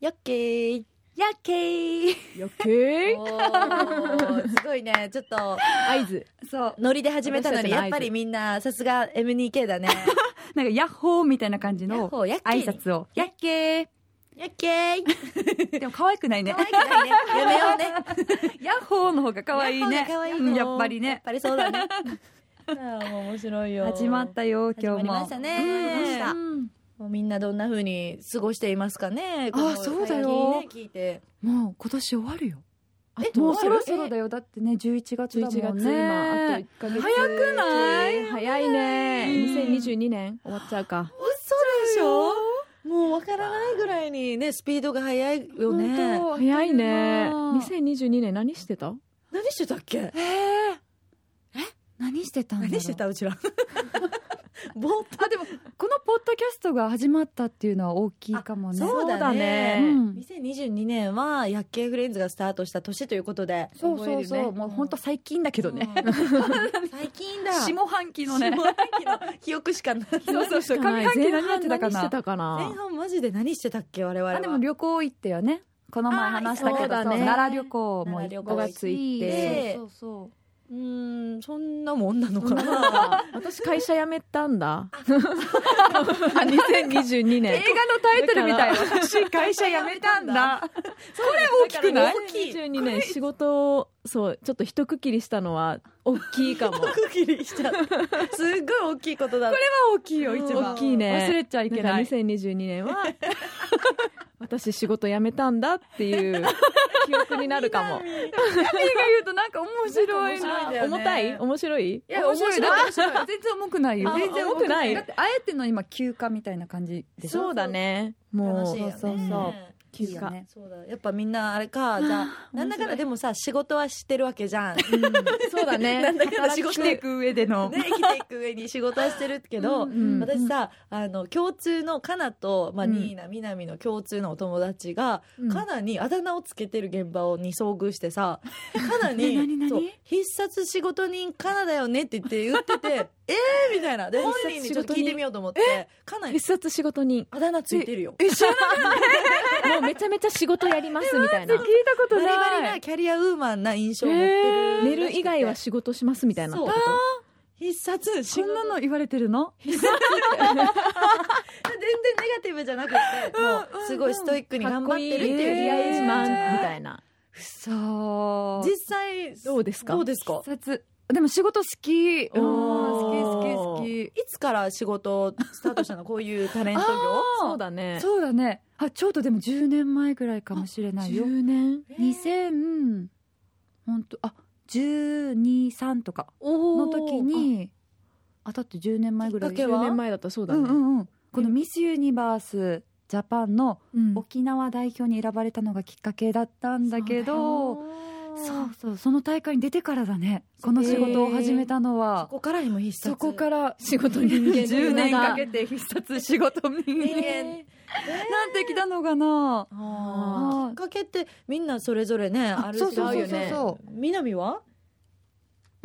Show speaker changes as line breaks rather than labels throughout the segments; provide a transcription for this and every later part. やっけー
やっけー
余計
おーすごいねちょっと
合図
そう
ノリで始めたのに
私たちの合図
やっぱりみんなさすが M2K だね
なんかヤッホーみたいな感じ
ヤッ
の
ホーやっけー
挨拶をやっけ
やっけー
ーでも可愛くないね
可愛くないねやめようね
ヤッホーの方が 可愛いね
可愛い
うん
の
やっぱり
やっ
ね
ぱりそうだねああもう面白いよ
始まったよ今日も
始まりましたね
うん
もうみんなどんな風に過ごしていますかねこの
そうだよ
会話にね聞いて
もう今年終わるよあ
え
もう
終
そ
わ
ろ
る
そろだよだってね11月だもんね
11月今あと1ヶ月
早くない
早いね
うん
2022年終わっちゃうか
嘘でしょもうわからないぐらいにねスピードが速いよね
本当
早いね
本当だ
2022年何してた
何してたっけ
何してたんだろう
何してたうちら ぼーっ
あでもこのポッドキャストが始まったっていうのは大きいかも
と
ね
そうだね
うん
2022年は「夜景フレンズ」がスタートした年ということで
そうそうそう、もう本当最近だけど ね、
うん最近だ
下半期のね
下半期の記憶しかない
そうそうそう上半期
前
何やっ
半
てたか
何し
な
てた
前
かな
半マジで何してたっけ我々は
あでも旅行行ったよねこの前話したけど
あーそうだね
そう奈良旅行も行っ
奈
て
良旅
5
行
月行っ
で
て
そうそう
うーんそんなもんなのかな
私会社辞めたん だ2022
映
年
画のタイトルみたい私会社辞めたんだ
大
きくない
大きい
2022年仕事をそうちょっと一区切りしたのは大きいかも
区切りしちゃったすっごい大きいことだこれ
大きいよ一番
大きいね
忘れちゃいけない
んか2022年 は私仕事辞めたんだっていう記憶になるかも
映画言うとなんか面白
なんか面白いん
いな
だよね
重たい面白い
いや面白いだって面白い全然重くないよ
あ
全然
重くない
だってあえての今休暇みたいな感じでしょ
そうだねもう
楽しいよね
そうそうそう
いいよね
そうだやっぱみんなあれかじゃあなんだかんだでもさ仕事はしてるわけじゃん、ね、
そうだね
なんだかんだ仕事
生きていく上での、
生きていく上に仕事はしてるけど、
うん
うん
私さあの共通のかなと、まあ、
うん
ニーナみなみの共通のお友達が、
うん
かなにあだ名をつけてる現場をに遭遇してさかな
え何
に
何
そう必殺仕事人かなだよねって言って言っててえーみたいなで本人にちょっと聞いてみようと思ってかな
必
に
殺仕事人
あだ名ついてるよ
え知らな
もうめちゃめちゃ仕事やりますみたい な
聞いたこと
バ
な
リ
い
バリなキャリアウーマンな印象を持ってる、
寝る以外は仕事しますみたいな
そう
ってこと
必殺
そ
仕
ん
事
なの言われてるの
全然ネガティブじゃなくてもうすごいストイックに頑張ってるっていう
かっこいい
リア
え
ル
ー
マンみたいな
そう
実際
どうですか
どうですか
必殺でも仕事好きうん
お
好
ー
き好き好き
いつから仕事スタートしたのこういうタレント業
そう
だ
だね
そうだねあちょうどでも10年前ぐらいかもしれないよ
10年
2000本当あ123とか
の
の時にあだって10年前ぐらい
きっかけは
10年前だったらそうだ
うんう
ね
んうんこのミスユニバースジャパンの
うん
沖縄代表に選ばれたのがきっかけだったんだけどそうそうその大会に出てからだねこの仕事を始めたの
そ
は
こからにも必殺
そこから仕事人間
10年かけて必殺仕事人
人間
間 なんてきたのかな
あーきっかけってみんなそれぞれねあるし
そうそ
あ
う
そうそう
るよね
そ
南は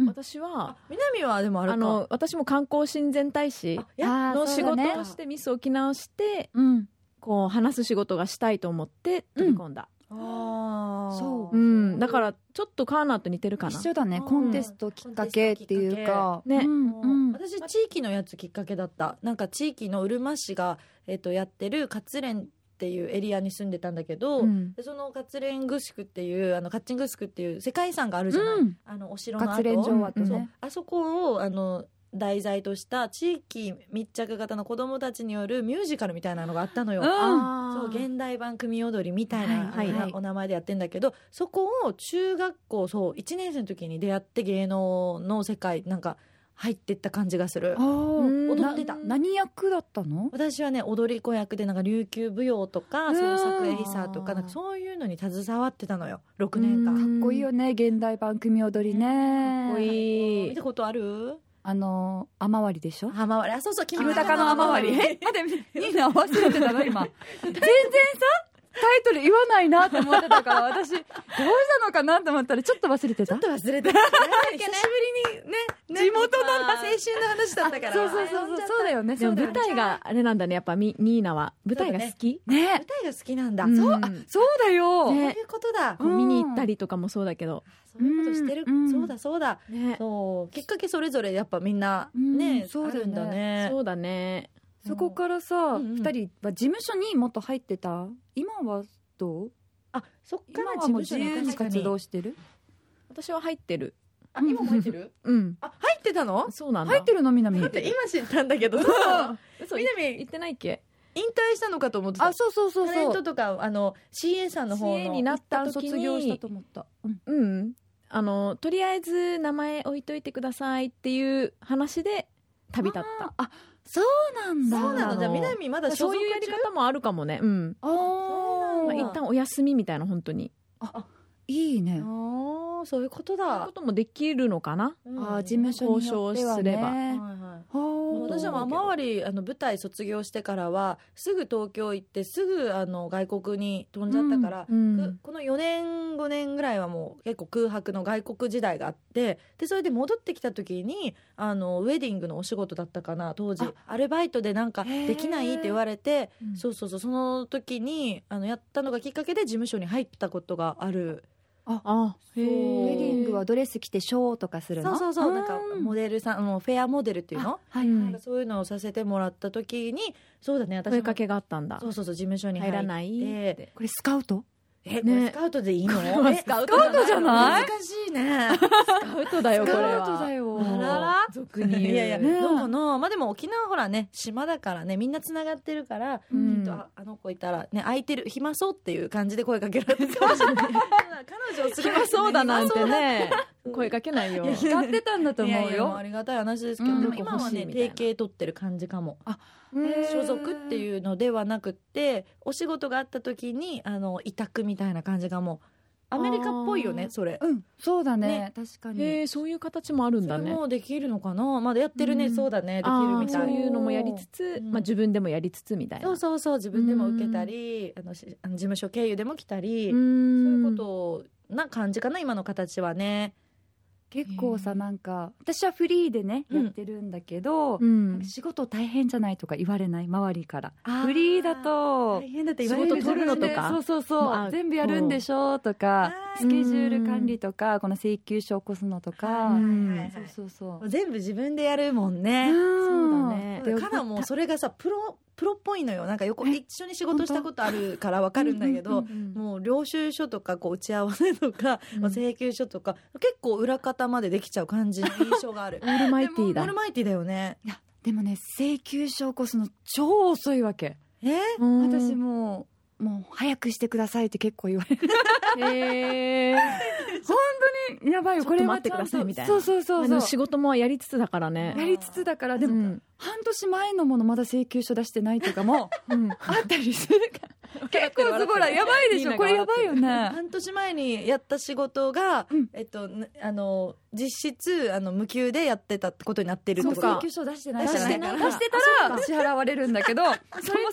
私は
南はでもあ
あ
れか
の私も観光親善大使
あや
あー
の
そ
仕
うだ
事
ね
をしてミス沖縄をして
うん
こう話す仕事がしたいと思って飛び込んだ
あー
そううん
だからちょっとカーナーと似てるかな
一緒だね
うん
コンテストきっかけっていうか
コンテストきっかけね
うんうん
私地域のやつきっかけだったなんか地域のうるま市が、えっとやってる活連っていうエリアに住んでたんだけど、
うん
でその活連グスクっていうあのカッチングスクっていう世界遺産があるじゃない、
うん
あのお城の跡
活連城跡
うん
そう
ね
あそこをあの題材とした地域密着型の子どもたちによるミュージカルみたいなのがあったのよ。
うん
そう
あー
現代版組踊りみたいな、
はいはいはい
あのお名前でやってんだけどそこを中学校そう1年生の時に出会って芸能の世界なんか入ってった感じがする
あー
うん
踊ってた
な何役だったの
私はね踊り子役でなんか琉球舞踊とか
うん
創作エリサとかなんかそういうのに携わってたのよ6年
う
間
かっ
ん
こいいよね現代版組踊りね
かっこい
見
い
たことある
あの雨割りでしょ
雨割りあそうそうキ
キムタカの雨割りえ待ってみんな忘れてたの今全然さタイトル言わないなと思ってたから私どうしたのかなと思ったらちょっと忘れてた
ちょっと忘れてた。久しぶりにね、地元の青春の話だったから。
そうそうそうそうそうだよね
で
そ
も
うだよ
舞
ね
台があれなんだねやっぱみニーナは舞台が好き
ね
舞台が好きなんだ。
ん
そう
そうあそうだよ、
そう
ね
いうことだ。
うん
見に行ったりとかもそうだけど、
そういうことしてる。
うん
そうだそうだ。
ね
そうきっかけそれぞれやっぱみんな
うん
ね、
そ
あ
うだよ
るん
ね
だね。
そうだね
そこからさ、
う
二
んうん
人は事務所にもっと入ってた今はどう
あそっか
今
ら
はもう自
事務所に
由に活動してる
私は入ってる
あ今も入ってる？
うん
あ入ってたの？
そうなんだ
入ってるのみなみ
だって今知ったんだけど。そうなの
嘘
み
い
なみ
行
引
ってないっけ
退したのかと思ってた。
あそうそうそう
タレ
そ
ン
う
トとかあの CA さんの方
CA
の
になった
一旦
時に
卒業したと思った、うん
うんあのとりあえず名前置いといてくださいっていう話で旅立った
あそうなんだ
そうな
あ
の
の
じゃあ南まだ所
そう
属
いうやり
中
方もあるかもねうん、
あー
まあ、
そうなんだ
一旦お休みみたいな本当に
いいね
ああそういうこと
そういう
だ
こ。ともできるのかな
あー事務所によっては、ね、
交渉すれば
はい
は
はい。
あ
もう私は
まあ
周りあの舞台卒業してからはすぐ東京行ってすぐあの外国に飛んじゃったから、
うん
くこの4年5年ぐらいはもう結構空白の外国時代があってでそれで戻ってきた時にあのウェディングのお仕事だったかな当時
あ
アルバイトでなんか
へー
できないって言われて
うん
そうそうそうその時にあのやったのがきっかけで事務所に入ったことがある
あへ
ウ
ー
ェディングはドレス着てショーとかする
そ
の
うそうそうなんか
うん
モデルさんもうフェアモデルっていうの
あはいはい、
なんかそういうのをさせてもらった時にそうだね私も
声かけがあったんだ
そうそうそう事務所に入
入
って
らないって
これスカウト
え、
ね
これスカウトでいいの？
これはスカウト
え
じゃない
難しいね。
アウトだよ
ス
これは
カウトだよ
あらら
俗に言う
いやいや、
ね
どこのまあでも沖縄ほらね島だからねみんなつながってるから、
う
き
ん
っとああの子いたらね空いてる暇そうっていう感じで声かけられてるかもしれない。彼女す
暇そうだなんてね
そう
声かけないよ
いやいや
使ってたんだと
と
思
思う
うよ
よ。いやいやもうありがたい話ですけど、
うん
でも今はね
欲しいみた
提
いな
携取ってる感じかも。
へー
所属っていうのではなくてお仕事があった時にあの委託みたいな感じがもうアメリカっぽいよ
あ
ね
ー
それ。
うんそうだね
ね
確かに
へえそういう形もあるんだ
それ
ね
もうできるのかなまだやってるね、
うん
そうだねでき
あ
るみ
ー
た
そう
い
いうのもやりつつ、
うん
まあ、自分でもやりつつみたいな
そうそうそう自分でも受けたり、あのしあの事務所経由でも来たり、
う
そうんいうことな感じかな今の形はね
結構
へ
さ
ー
なんか私はフリーでね
う
や
ん
ってるんだけど、
うん
なんか仕事大変じゃないとか言われない周りからフリーだと
大変だって
言
言わ
われ
れる
るじゃん仕事取るのとか
そうそうそ
まあ
う全部やるんでしょとか
あー
スケジュール管理とかこの請求書起こすのとか、
はい
うん
はいはい
そうそうそう、
全部自分でやるもんね、
そうだね
カナもそれがさプロプロっぽいのよなんか横一緒に仕事したことあるからわかるんだけど、
うんうん
もう領収書とかこう打ち合わせとか、
うん
まあ請求書とか結構裏方までできちゃう感じの印象がある
オールマイティーだ
オールマイティだよね
いやでもね請求書起こすの超遅いわけ、
えー
うん
私もうもう早くしてくださいって結構言われる
へえ
やばいよ
ちょ
こ
っ
とれ
待
は
って
ち
く
ゃ
だ
ん
さ
と
いみたいな
そうそうそうそう
仕事もやりつつだからね
やりつつだからで
で
も、
も、
半年前のものまだ請求書出してないとか も
うん、
あったりするから 結構ズボラやばいでしょ
みんなが笑ってる
これやばいよね
半年前にやった仕事が、
うん
えっと、なあの実質あの無給でやってたってことになってるって
そ
こと
うか
請求書出してない
出してない
出してたら支払われるんだけど そも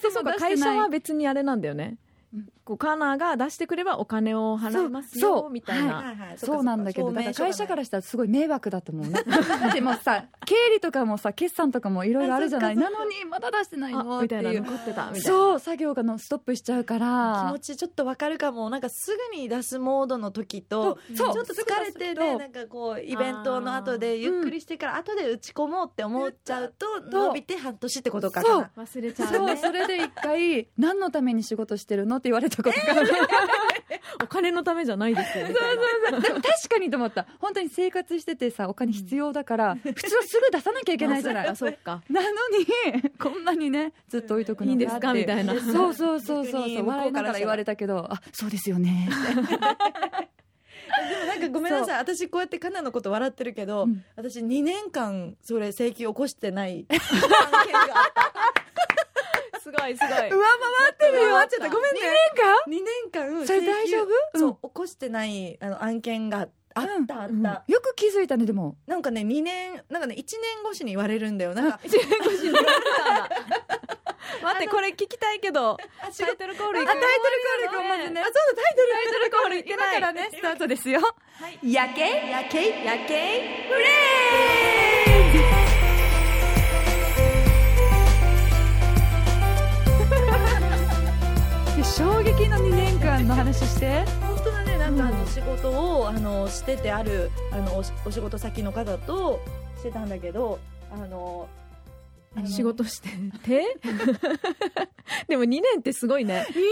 そ
そう
も出
か
して
会社
ない
は別にあれなんだよね、
うん
こうカーナーが出してくればお金を払いますよ
そうそう
みたいな、
はいはい
そうなんだけどだから会社からしたらすごい迷惑だと思う ねだってもうさ経理とかもさ決算とかもいろいろあるじゃない
あそっ
なのにまだ出してないの
あ
っ
み
て
たいな
いう
残ってたみたいな
そう作業がのストップしちゃうか
気
ら
持ちちょっとわかるかもなんかすぐに出すモードの時とち
そ
ょ
う
っと疲れて
すぐ出すけ
ね
ど
なんかこうイベントの後でゆっくりしてから後で打ち込もうって思っちゃうと
そう
伸びて半年ってことか
そう
な
忘れちゃう
そう
ね
それで一回何のために仕事してるのって言われたこと がある
お金のためじゃないですよみたいな
でも確かにと思った本当に生活しててさお金必要だから、普通はすぐ出さなきゃいけないじゃない
あそっか
なのにこんなにねずっと置いとくの
いいんですかみた
ない
な
そうそうそうそう
逆に
そ
向
う
こうから
笑いながら言われたけどあそうですよね
でもなんかごめんなさい私こうやってカナのこと笑ってるけど、
うん
私2年間それ請求起こしてない案件があった
すごいすごい
ってるよ。ちょっとごめんね。
間
二年間。
それ大丈夫
請求そう、起こしてない、あの案件があった、あ
うん
った。
よく気づいたねでも
なんかね、二年、なんかね、一年越しに言われるんだよ。なんか、
一年越しに言われたんだ待ってこれ聞きたいけどタイトルコール
あ
い
タ
く
イトルコール行こうまずねあそうだタイトルタイトルコール行けないからねスタートですよ夜景夜景夜景フレーズ で衝撃の2年間の話して
本当だねなんかあ
う
の
ん
仕事を、あのしててあるあのおしお仕事先の方としてたんだけどあのあの
仕事しててでも2年ってすごいね
2年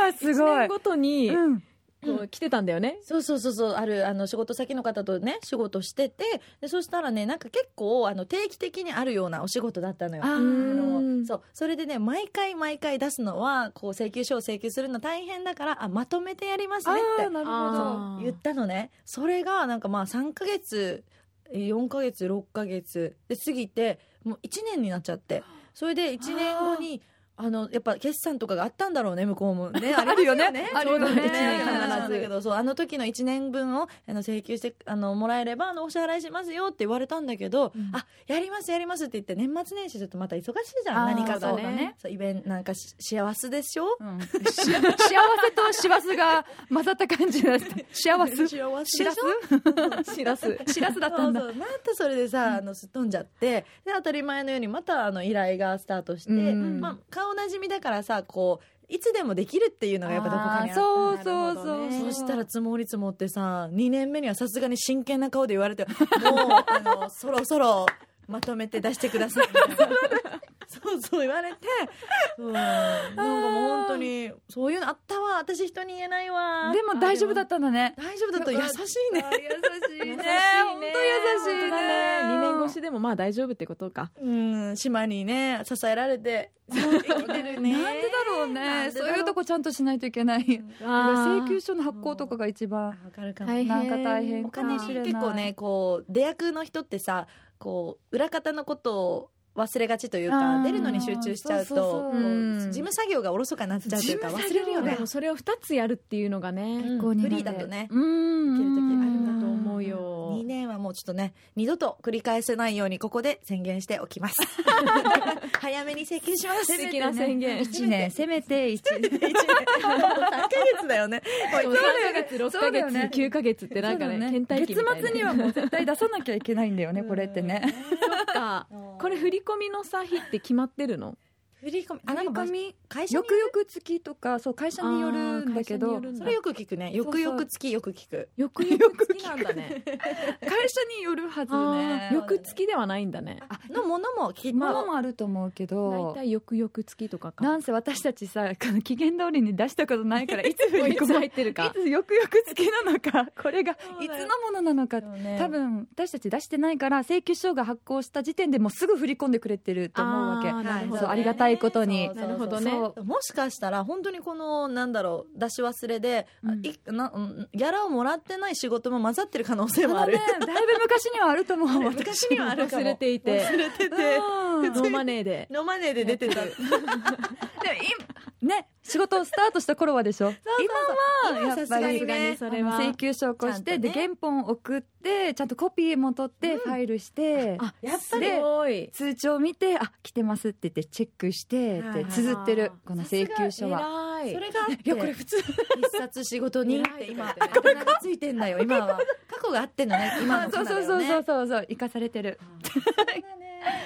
はす
1年ごとに
うん
こう来てたんだよね、
そうそうそうそうあるあの仕事先の方とね仕事しててでそしたらねなんか結構あの定期的にあるようなお仕事だったのよ。
あ
あ
うん
のそうそれでね毎回毎回出すのはこう請求書を請求するの大変だからあまとめてやりますねって
なる
あー
言ったのねそれがなんかまあ3ヶ月えー4ヶ月6ヶ月で過ぎてもう1年になっちゃってそれで1年後にあのやっぱ決算とかがあったんだろうね向こうもねあるよね
ある
ちょ
よね
うど一
うん
年必ずだけどそうあの時の1年分をあの請求してあのもらえればあのお支払いしますよって言われたんだけど、
うん
あやりますやりますって言って年末年始ちょっとまた忙しいじゃん
あー
何かと
そうだね
そうイベントなんかし幸せでしょ
うんし幸せと師走が混ざった感じだって幸
幸せ
せ
でし
し
ょ
らす
しらす
しらすだったんだ
そうそうまたそれでさ、あのすっ飛んじゃってで当たり前のようにまたあの依頼がスタートして、
うん
まあ、顔なじみだからさこういつでもできるっていうのがやっぱどこかにあった
あー
の
そうそうそう
なる
そう
ほどねそしたら積もり積もってさ2年目にはさすがに真剣な顔で言わ れてもうあのそろそろまとめて出してくだ さいみたいなそうそう言われて、うん、なんかもう本当にそういうのあったわ私人に言えないわ
でも大丈夫だったんだね
大丈夫だと優しいね
優し
優しいね
本当優しいね
2年越しでもまあ大丈夫ってことか
うん、島にね、支えられて、生きてるね。
なんでだろう
な
ね
んでだ
そ
ろ
ういうとこちゃんとしないといけない請求書の発行とかが一
あ
番
わかるかも。
大変
なんか大変
お
か
金に
もしれない
結構ね、こう、出役の人ってさ、こう、裏方のことを忘れがちという
あー
か、出るのに集中しちゃう
そうそうそ
と、こ
う
うん
う事務作業がおろそかになっちゃうというか、
事
忘
務作業
れるよ
で
ね
も。それを2つやるっていうのがね、
うん
こう
フ
苦手
リーだとね、
うん
いける時あるんだ
と思うよ
2年はもうちょっとね、二度と繰り返せないように、ここで宣言しておき ます。早めに請求します。
素 敵な宣言
一年せめて一年
1年3ヶ月だよね。もう行
そう
っ
3
て
ヶ
もらえば
月6
そ
ヶ
うだよ
月、
ね
9ヶ月ってなんかね倦怠期
月
みたいな
末にはもう絶対出さなきゃいけないんだよねこれってね
そっかこれ振り込みのさ日って決まってるの
振り込みあなんかま
み
会社に
よくよく月とかそう会社によるんだけ
あー会社に
ど
よるん
そ
だ
れよく聞くねよくよく月よく聞く
よくよく好きなんだね
会社によるはず
あー
ね
よく付きではないんだね
あのものもきっと、
まあもあると思うけ
大
ど
体よくよく付きとかか
なんせ私たちさこの期限通りに出したことないからいつ振
もう
り
い
込
つ
ま
入
れ
ってるか
いつよくよく付きなのかこれがい
そうだよ
つのものなのか
ね
多分私たち出してないから請求書が発行した時点でもうすぐ振り込んでくれてると思うわけ
あーなるほ
そう
ど
ありがたいことに
そう
なるほどね
そうそうもしかしたら本当にこのなんだろう出し忘れで、あ
うん
いなうんギャラをもらってない仕事も混ざってる可能性もあ る、
だいぶ昔にはあると思う
昔にはあるかも
忘 れていて
忘れてて
うん
ノーマネーで
ノーマネーで出てた
ね仕事をスタートした頃はでしょ
今
今はや
さ
っ
す
ぱ
が
り
にね
そ
あ
れ
の
は
請求書を起こして、
ちゃんと
で
ね
原本を送ってちゃんとコピーも取って、ファイルして
あやっぱり
り
多い
通帳見てあ来てますって言ってチェックして
はい
で綴ってるこの請求書は
偉い
それがあって
いやこれ普通
必殺仕事人って今
偉い
あ
とか言っ
だ名
て
がついてんだよ今 は過去があってんのね今の
そうそうそうそうそうそう生かされてる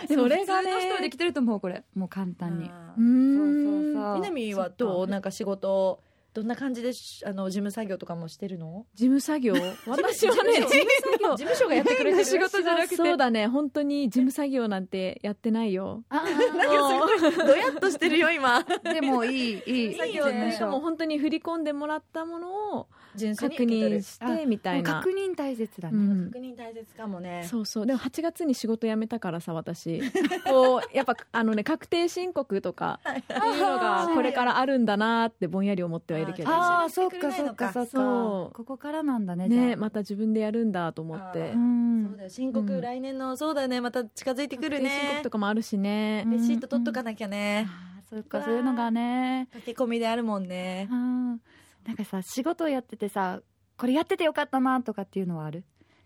でも
それが
普通の人は
ね
できてると思うこれもう簡単に
あー
うんそうそうそう
南はどうなんか仕事どんな感じでしあの事務作業とかもしてるの
事務作業 私は
事
ね
務
事務
事務所がやってくれて
変な
る
仕事じゃなくて
そうだね本当に事務作業なんてやってないよ
あ
もう
どやっとしてるよ今
ー でもいいいい
作業ね
事務
もう
所
本当に振り込んでもらったものを
純粋に
確
受け取る
認してみたいな
確認大切だ
う
ね、
ん
確認大切かもね
そうそうでも8月に仕事辞めたからさ 私こうやっぱあのね確定申告とかっていうのがこれからあるんだなってぼんやり思ってはいるけど
ああ
一緒
そっ
にしてくれない
かそ
の
っか
か
そっか
そう
ここからなんだねじゃあ
ねまた自分でやるんだと思って
う
そ
ん
うだよ申告、
うん
来年のそうだよねまた近づいてくる
確定申
ね
告とかもあるしね
うん
レシート取っとかなきゃね、
あーそっかそういうのがね
駆け込みであるもんね
うんなんかさ仕事をやっててさこれやっててよかったなとかっていうのはある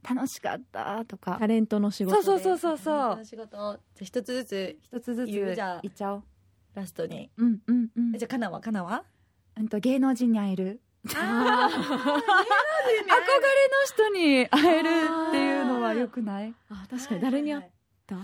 楽しかったとか
タレントの仕
そう
事
そうそうそうそう
仕事じゃあ一つずつ
一つずつ
言うじゃあ
いっちゃおう
ラストに
うんうんうん
えじゃあかなはかなは
うんと芸能人に会える
あー
憧れの人に会えるっていうのはよくない
あ確かに誰に会っ、
った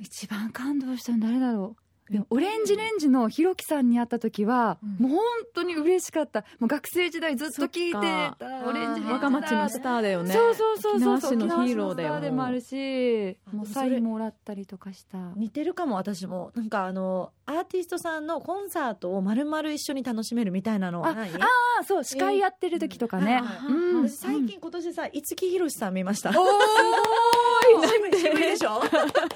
一番感動したの誰だろうでもオレンジレンジのひろきさんに会った時は、
うん
もう本当に嬉しかったもう学生時代ずっと聞いて
そ
たオレンジレンジだ
若町のスターだよね
そうそうそうそうそう
沖縄市のヒーローだよ
沖縄市のスタでもあるし
あ
もう
でもそ
サ
れ
インもらったりとかした
似てるかも私もなんかあのアーティストさんのコンサートをまるまる一緒に楽しめるみたいなのはない
ああそう司会やってる時とかね、
あ
うん
私最近今年さ五木ひろしさん見ました
おお
渋い渋いでしょすごいでしょ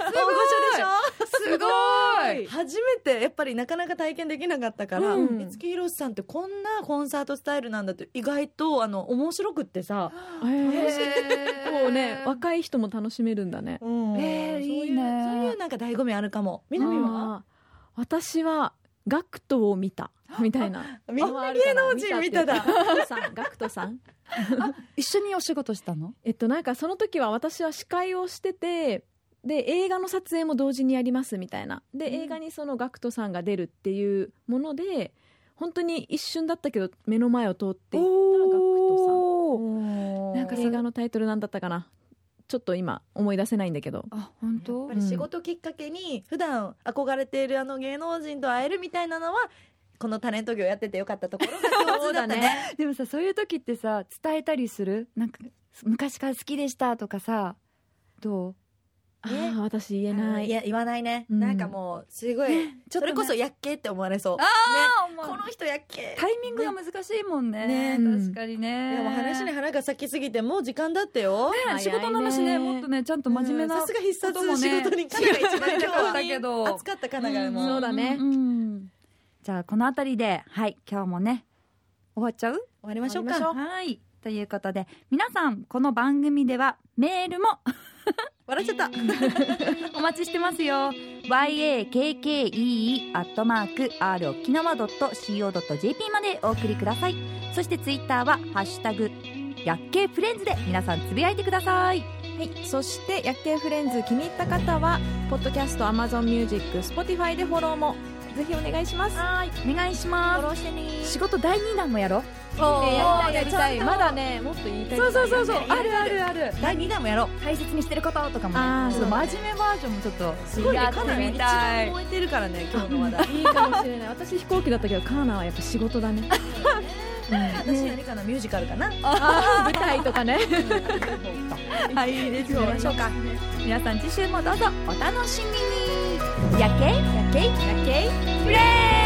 すごい
初めてやっぱりなかなか体験できなかったから
うん
五木ひろしさんってこんなコンサートスタイルなんだって意外とあの面白くってさ、
えー
え
結構ね若い人も楽しめるんだね
うんそ
えー
う
いいうね
そういうなんか醍醐味あるかも南は
あー私はガクトを見たみたいな
みんな芸能人見ただ
ガクトさんガクトさん
一緒にお仕事したの
えっとなんかその時は私は司会をしててで映画の撮影も同時にやりますみたいなで、
うん
映画にその GACKT さんが出るっていうもので本当に一瞬だったけど目の前を通っていった GACKT
おー
なんか
さん映画のタイトルなんだったかなちょっと今思い出せないんだけど
あ本
やっ
当
ぱり仕事きっかけに普段憧れているあの芸能人と会えるみたいなのはこのタレント業やっててよかったところが共通だったね
でもさそういう時ってさ伝えたりするなんか昔から好きでしたとかさどう
あ
ね
ー私言えない
いや言わないね、
うん
なんかもうすごい
ちょっとね
それこそやっけって思われそう
あ
ね
あ、
この人やっけ
タイミングが難しいもんね
ね
確かに
い
ね
やもう話に花が咲きすぎてもう時間だってよ
早いね
仕事の話ねもっとねちゃんと真面目な
うんさすが必
こ
殺
ともね
仕事にかなが一番
強かったけど
熱かったかながも
うんそうだね
んうんじゃあこの辺りではい今日もね終わっちゃう
終わりましょうか
終わりましょうはいということで皆さんこの番組ではメールも
笑っちゃった
お待ちしてますよ yakkee.r 沖縄 .co.jp までお送りくださいそしてツイッターは「ハッシュタグやっけーフレンズ」で皆さんつぶやいてください
はい、そして「薬系フレンズ」気に入った方はポッドキャスト AmazonMusic、Spotify でフォローもぜひお願いします
はいお願いしま
殺してね
す仕事第2弾もやろう
ねやりたいやりたいまだ
ね
ねもっと言いたい
そうそうそうそう
や
あ
り
る
た
あ
い
るある
第2弾もやろう
大切にしてることとかも
あー
ねちょっと
そうだね
真面目バージョンもちょっと
すごいね
や
か
っ
な
て
り
み
一
た
番
い
燃えてるからね今日の話題
いいかもしれない私飛行機だったけどカーナはやっぱ仕事だ ね、うん
私何かなミュージカルかな
あー舞台とかね
はいいいです
終わりましょうか
皆さん次週もどうぞお楽しみにやけいやけいやけいフレー